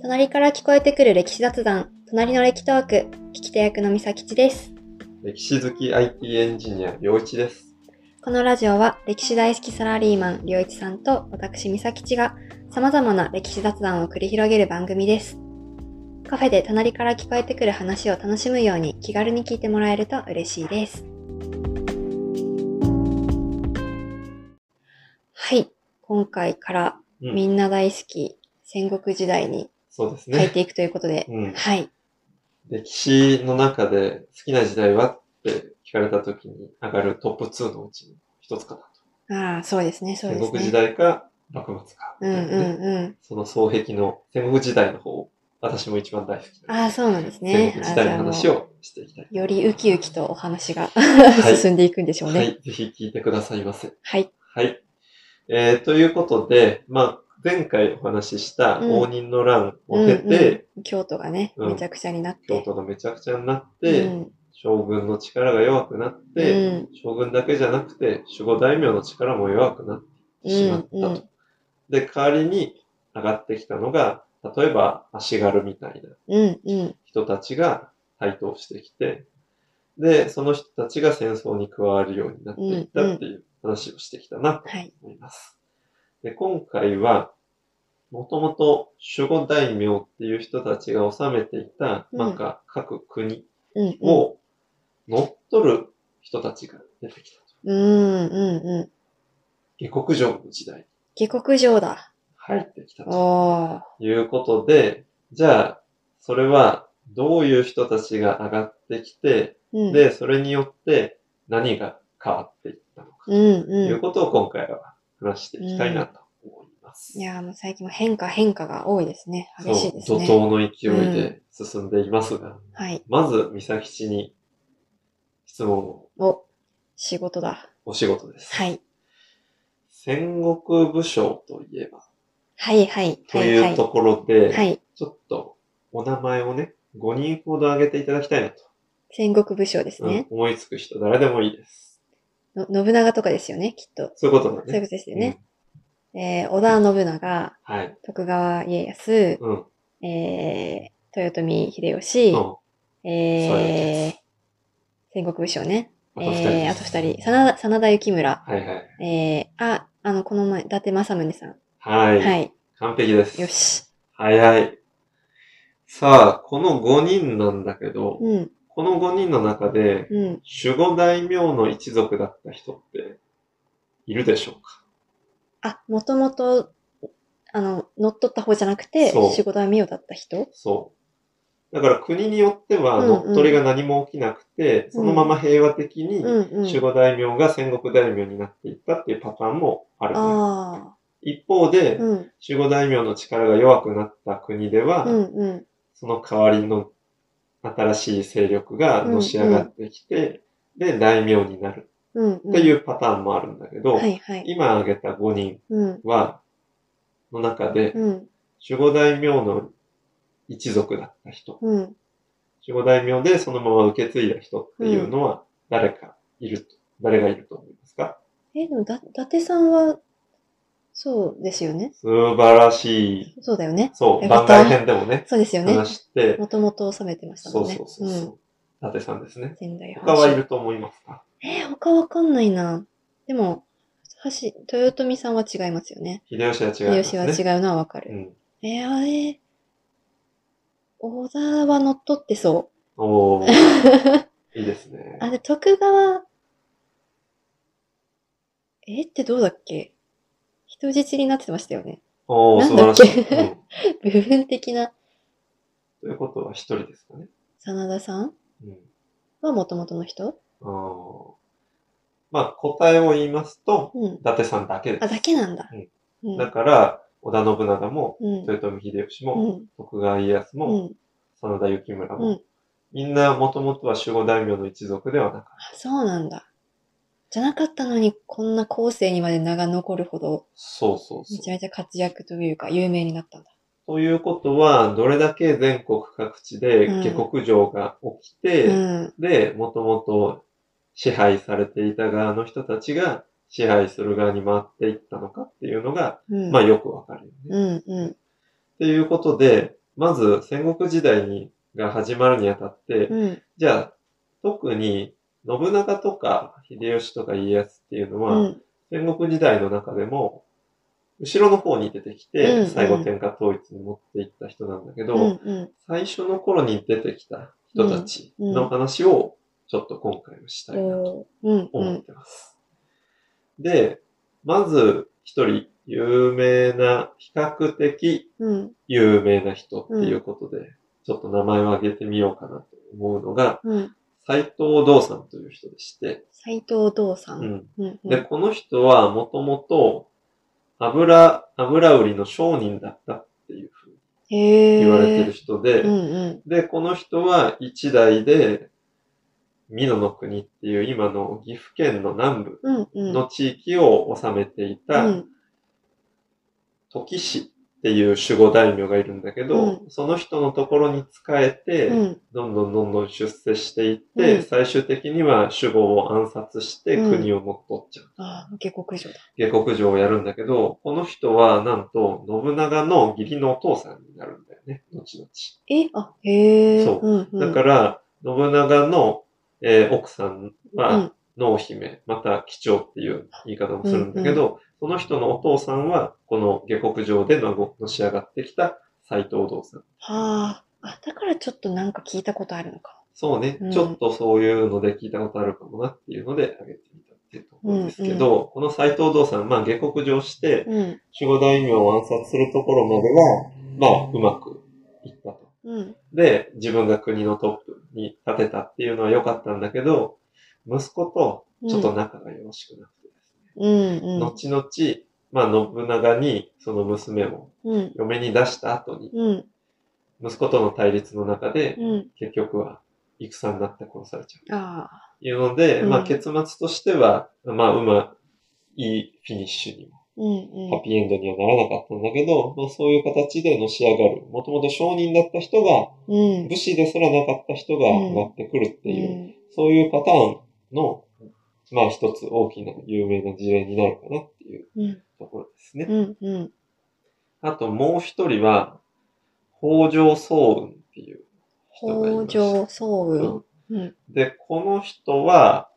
隣から聞こえてくる歴史雑談、隣の歴トーク、聞き手役のみさきちです。歴史好き IT エンジニア、陽一です。このラジオは歴史大好きサラリーマン、りょういちさんと私、みさきちが様々な歴史雑談を繰り広げる番組です。カフェで隣から聞こえてくる話を楽しむように気軽に聞いてもらえると嬉しいです。はい。今回からうんみんな大好き戦国時代にそうです変えね。ていくということで、うん、はい。歴史の中で好きな時代はって聞かれた時に上がるトップ2のうちの一つかなと。ああ、そうですね、そうですね。戦国時代か幕末か、うんうんうその双璧の戦国時代の方、私も一番大好きん。なああ、そうなんですね。戦国時代の話あをしていきたい。じゃあもうよりウキウキとお話がい進んでいくんでしょうはね。い、ぜひ聞いてくださいませ。はい。はい。えー、ということで、まあ、前回お話しした応仁の乱を経て、うんうん、京都がね、うんめちゃくちゃになって。京都がめちゃくちゃになって、うん将軍の力が弱くなって、うん将軍だけじゃなくて守護大名の力も弱くなってしまったと。うんうんで、代わりに上がってきたのが、例えば足軽みたいなうんうん人たちが台頭してきて、で、その人たちが戦争に加わるようになっていったっていう話をしてきたなとはい。思います。で、今回は、もともと守護大名っていう人たちが治めていた、うんなんか各国うんうんを乗っ取る人たちが出てきたと。うんうんうん。下克上の時代に下克上だ。入ってきたとおー。いうことで、じゃあ、それはどういう人たちが上がってきて、うん、で、それによって何が変わっていったのかうんといううことを今回は話していきたいなと思います。ん。いやーもう最近も変化変化が多いですね。そう激しいですね。怒涛の勢いで進んでいますが、はい。まず、三崎市に質問を、お、仕事だ。お仕事です。はい。戦国武将といえば、はいはい。とはいはいうい。ところで、はい。ちょっとお名前をね、5人ほど挙げていただきたいなと。戦国武将ですね。うん思いつく人、誰でもいいです。の信長とかですよね、きっと。そういうことだそういうね。ことですよね。えー織田信長、うん。はい。徳川家康、うん。うんえー豊臣秀吉、えー戦国武将ね。あと二人えー、あと二人。真田真田幸村。はいはい。えー、あ、あの、この前、伊達政宗さん。はい。はい。完璧です。よ。し。早い。さあ、この5人なんだけど、うん、この5人の中で、うん。守護大名の一族だった人って、いるでしょうかあ、もともと、あの、乗っ取った方じゃなくて、そう仕事はミオだった人そう。だから国によっては、うんうん乗っ取りが何も起きなくて、そのまま平和的に、うん、うん。守護大名が戦国大名になっていったっていうパターンもあるね、ああ。一方で、うん、守護大名の力が弱くなった国では、うん、うん。その代わりの新しい勢力がのし上がってきて、で、大名になるうん、うん。。っていううパターンもあるんだけど、はい、はい。今挙げた5人うん、は、の中で、うん、守護大名の一族だった人、うん。守護大名でそのまま受け継いだ人っていうのは、誰かいると、誰がいると思いますかえ、でもだ、伊達さんは、そうですよね。素晴らしい。そうだよね。そう、よか番った外編でもね、そうですよね。話して、もともと収めてましたそもんうね。そうそうそう。伊達さんですね。ん。仙台他はいると思いますかえー、他わかんないな。でも、橋、豊臣さんは違いますよね。秀吉は違い秀ま吉すは違ね。うのはわかうる。ん。えー、あれ、小田は乗っ取ってそお ーいいですねう。。あ、で、徳川、えーってどうだっけ人質になってましたよね。おーな素晴んだらっしけい。うん部分的なということは一人ですかね。真田さんうん。はもともとの人あーまあ、答えを言いますと、うん。伊達さんだけであ、す。だけなんだ。うん。だから、織田信長も、うん。豊臣秀吉うも、ん。徳川家康うも、ん。真田幸村うもん、みんなもともとは守護大名の一族ではなかった。あそうなんだ。じゃなかったのに、こんな後世にまで名が残るほど、そうそうめそちう。ゃめちゃ活躍というか、有名になったんだ。ということは、どれだけ全国各地でうん下克上が起きて、うん。で、もともと支配されていた側の人たちが支配する側に回っていったのかっていうのが、うん。まあよくわかるよね。うん、うん。っていうことで、まず戦国時代にが始まるにあたって、うん。じゃあ、特に信長とか秀吉とか家康っていうのは、うん。戦国時代の中でも、後ろの方に出てきて、うんうん最後天下統一に持っていった人なんだけど、うん。うん。最初の頃に出てきた人たちうんうのん話を、ちょっと今回はしたいなとうん。う思っん。てます。で、まず一人、有名な、比較的うん。有名な人っていうことで、ちょっと名前を挙げてみようかなと思うのが、うん。斎藤道さんという人でして、斎藤道さ。うんん、うん。うで、ん。この人はもともと油、油売りの商人だったっていうふうにへえ。言われてる人で、うん。うん。で、この人は一代で、美濃の国っていう今の岐阜県の南部うん。うん。の地域を治めていうたん。時氏っていう守護大名がいるんだけど、うその人のところに仕えて、うん。どんどんどんどん出世していって、うん最終的には守護を暗殺してうん国を乗っ取っちゃう。ああ、下克上だ。下克上をやるんだけど、この人はなんと信長の義理のお父さんになるんだよね、後々。えあ、へえ。そううん。うん。だから、信長の、えー奥さんうはん、濃姫、また貴重っていう言い方もするんだけど、その人のお父さんは、この下克上でののし上がってきた斎藤道さん。はあ。あ、だからちょっとなんか聞いたことあるのか。そうね、うんちょっとそういうので聞いたことあるかもなっていうので、挙げてみたっていうところですけど、この斎藤道さん、まあ下克上して、うん。守護大名を暗殺するところまでは、まあ、うまくいったと。うん。で、自分が国のトップに立てたっていうのは良かったんだけど、息子とちょっと仲がよろしくなくてですね。うん。うん。後々、まあ、信長にその娘をうん。嫁に出した後に、うん。息子との対立の中で、うん。結局は戦になって殺されちゃう。ああ。いうので、うんまあ、結末としては、まあ、うま、いいフィニッシュにも、うん。ハッピーエンドにはならなかったんだけど、まあ、そういう形でのし上がる。もともと商人だった人が、うん。うん。武士ですらなかった人がうんなってくるっていう、うんそういうパターンの、まあ一つ大きな有名な事例になるかなっていううん。ところですね。うん。うん。あともう一人は、北条早雲っていう人がいま北す。条早雲。うん。で、この人は、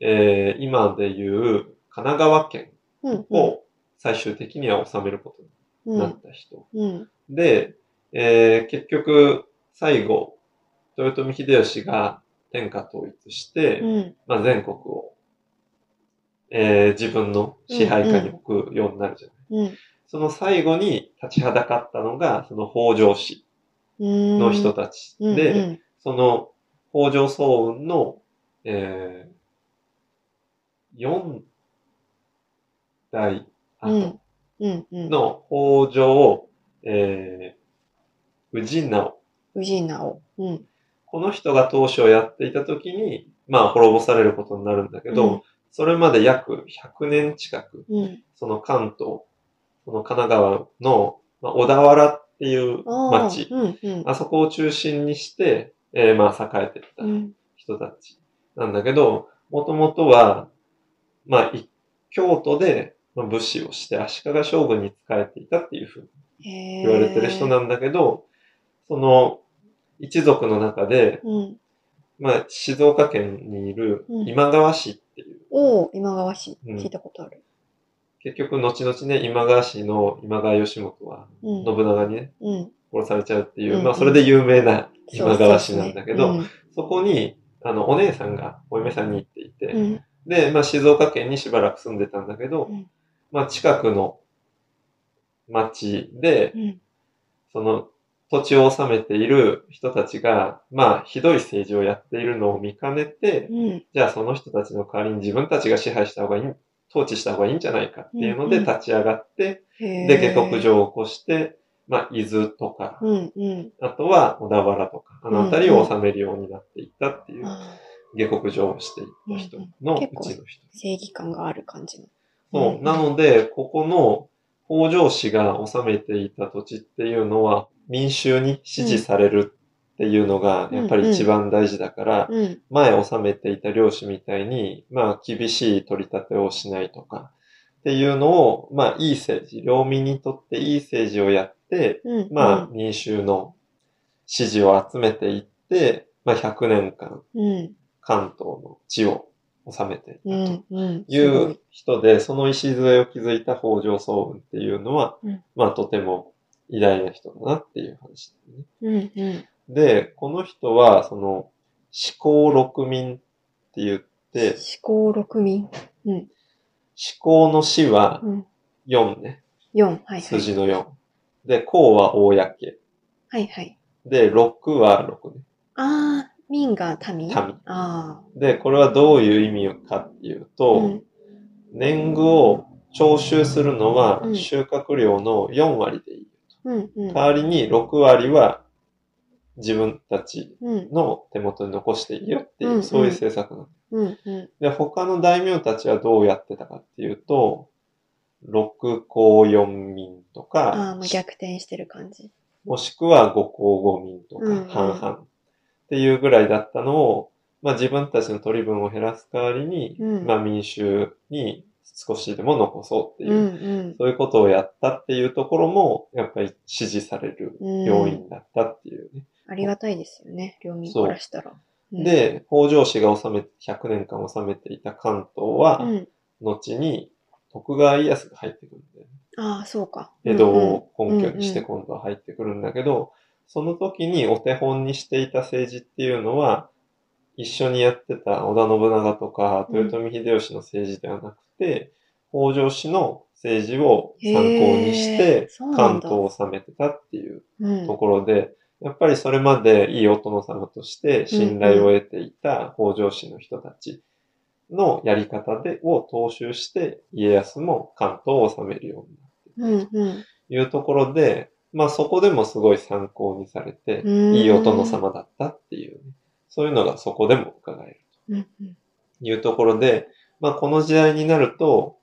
えー今でいう神奈川県うん。うんを最終的には治めることにう。なんった人。うん。で、えー結局、最後、豊臣秀吉が天下統一して、うん。まあ、全国を、えー自分の支配下に置くようになるじゃない。うん。その最後に立ちはだかったのが、その北条氏うん。の人たちで、うん。うん。その北条早雲の、え4代うん後。うん。うん。の北条、えー、宇治直。宇治直。うん。この人が当初やっていた時に、まあ滅ぼされることになるんだけど、うんそれまで約100年近く、うん。その関東、その神奈川の、まあ、小田原っていうああ。町、うん。うん。あそこを中心にして、えーまあ栄えてきたうん。人たちなんだけど、もともとは、まあ、い京都でまあ武士をして足利将軍に仕えていたっていうふうに言言われてる人なんだけど、その一族の中で、うん。まあ、静岡県にいるうん今川氏っていう、おお、今川氏。うん聞いたことある。結局後々ね、今川氏の今川義元は、うん。信長にね、うん。殺されちゃうっていう、うんうんまあそれで有名なそう今川氏なんだけど、そ。そうですこに、あの、お姉さんがお嫁さんに行っていて、ねうん。で、まあ静岡県にしばらく住んでたんだけど、うんまあ近くの町でう、ん。その土地を治めている人たちが、まあひどい政治をやっているのを見かねて、うん。じゃあその人たちの代わりに自分たちが支配した方がいい、統治した方がいいんじゃないかっていうのでうんうん立ち上がって、へーで、下克。上を起こして、まあ伊豆とか、うん。うん。あとは小田原とか、あの辺りを治めるようになっていったっていう、ああ下克上をしていった人うのうんうんち結構の人。正義感がある感じの。そうう。んなので、ここの北条氏が治めていた土地っていうのは、民衆に支持されるっていうのが、うんやっぱり一番大事だから、うん。前治めていた領主みたいに、まあ、厳しい取り立てをしないとか、っていうのを、まあ、いい政治、領民にとっていい政治をやって、うん。まあ、民衆の支持を集めていって、まあ、100年間うん。関東の地を治めていたと。うん。いすごう人で、その礎を築いた北条早雲っていうのは、うんまあとても偉大な人だなっていう話だよね。うん。うん。で、この人は、その、思考六民って言って思、考六民。うん。思考の死はうん。 4ね、四。はいはい。数字の4。で、公は公。はいはい。で、6は6ね。ああ、民が民民ああで、これはどういう意味かっていうー。と、うん。年貢を徴収するのはうん収穫量の4割でいい。うん。うん。代わりに6割は自分たちうん。の手元に残していいよっていう、うんうんそういう政策なの。うん。うで、他の大名たちはどうやってたかっていうと、六公四民とん。ああ、か、もう逆転してる感じ。もしくは五公五民とうんうんか、半々っていうぐらいだったのを、まあ自分たちの取り分を減らす代わりに、うんまあ民衆に少しでも残そうってういう、ん。そういうことをやったっていうところも、やっぱり支持されるうん。要因だったっていうね。ありがたいですよね、両民からしたら。うん、で、北条氏が治め、100年間治めていた関東うは、ん、後に徳川家康が入ってくるんだよね。ああ、そうか。江戸を根拠にしてうん今度は入ってくるんだけど、その時にお手本にしていた政治っていうのは、一緒にやってた織田信長とかうん豊臣秀吉の政治ではなくて、北条氏の政治を参考にしへーてそうなん関だ東を治めてたっていううんうんところで、やっぱりそれまでいいお殿様として信頼を得ていた北条氏の人たちのやり方で、を踏襲して家康も関東を治めるようになってうんうんというところで、まあそこでもすごい参考にされて、うんいいお殿様だったっていうね、そういうのがそこでも伺えるうんうんというところで、まあこの時代になると、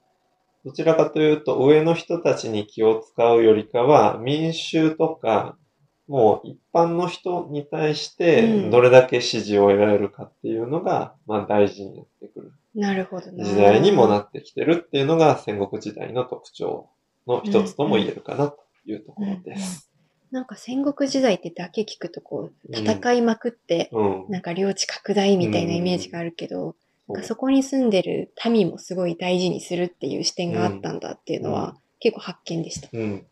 どちらかというと上の人たちに気を使うよりかは民衆とか、もう一般の人に対しうんてどれだけ支持を得られるかっていうのが、まあ大事になってくるなるほどな。時代にもなってきてるっていうのが戦国時代の特徴の一つとも言えるかなというところです。なんか戦国時代ってだけ聞くとこう、うん戦いまくって、うん。なんか領地拡大みたいなイメージがあるけど、なんかそこに住んでる民もすごい大事にするっていう視点があったんだっていうのうは、結構発見でした。うん。うん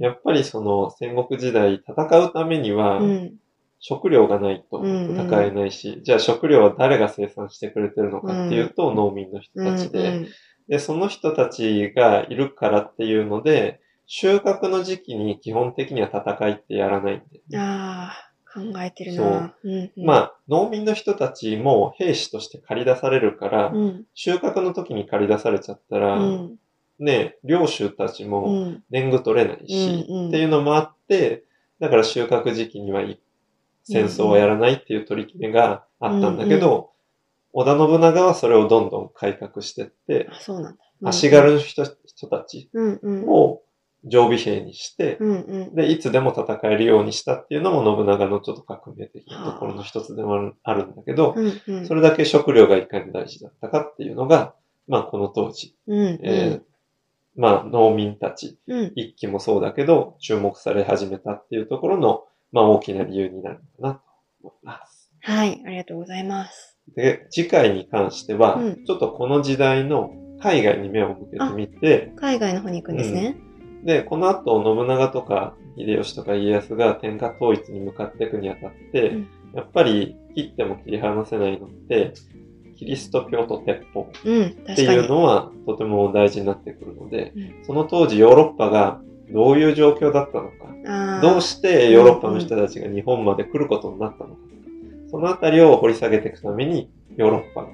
やっぱりその戦国時代戦うためには、うん食料がないと戦えないし、じゃあ食料は誰が生産してくれてるのかっていうと、農民の人うんたちで、うんで、その人たちがいるからっていうので、収穫の時期に基本的には戦いってやらないんで、ああ、考えてるそなう。うんうんま、あ、農民の人たちも兵士として借り出されるから、うん収穫の時に借り出されちゃったうら、んね、領主たちうもん年貢取れないし、うんうんっていうのもあって、だから収穫時期にはい戦争はやらないっていう取り決めがあったんだけど、織田信長はそれをどんどん改革してって、あ、そうなんだ。うん足軽の人人たちうんうん。を常備兵にして、うんうん。で、いつでも戦えるようにしたっていうのも信長のちょっと革命的なところの一つでもあるあるんだけど、うんうん。それだけ食料がいかに大事だったかっていうのが、まあこの当時、うんうん。えーまあ農民たちうん。一期もそうだけど、注目され始めたっていうところの、まあ大きな理由になるのかなと思います。はい、ありがとうございます。で、次回に関しては、うんちょっとこの時代の海外に目を向けてみて、海外の方に行くんですね。で、この後信長とか秀吉とか家康が天下統一に向かっていくにあたって、うんやっぱり切っても切り離せないのって、キリスト教と鉄砲うん、って確かいうに。のはとても大事になってくるので、うその当時ヨーロッパがどういう状況だったのあか、ーどうしてヨーロッパの人たちが日本まで来ることになったのか、そのあたりを掘り下げていくために、ヨーロッパの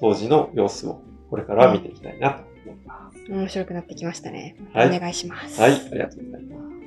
当時の様子をこれからは見ていきたいなと思いま面白くなってきましたね。はいお願いします。す。はい、ありがとうございます。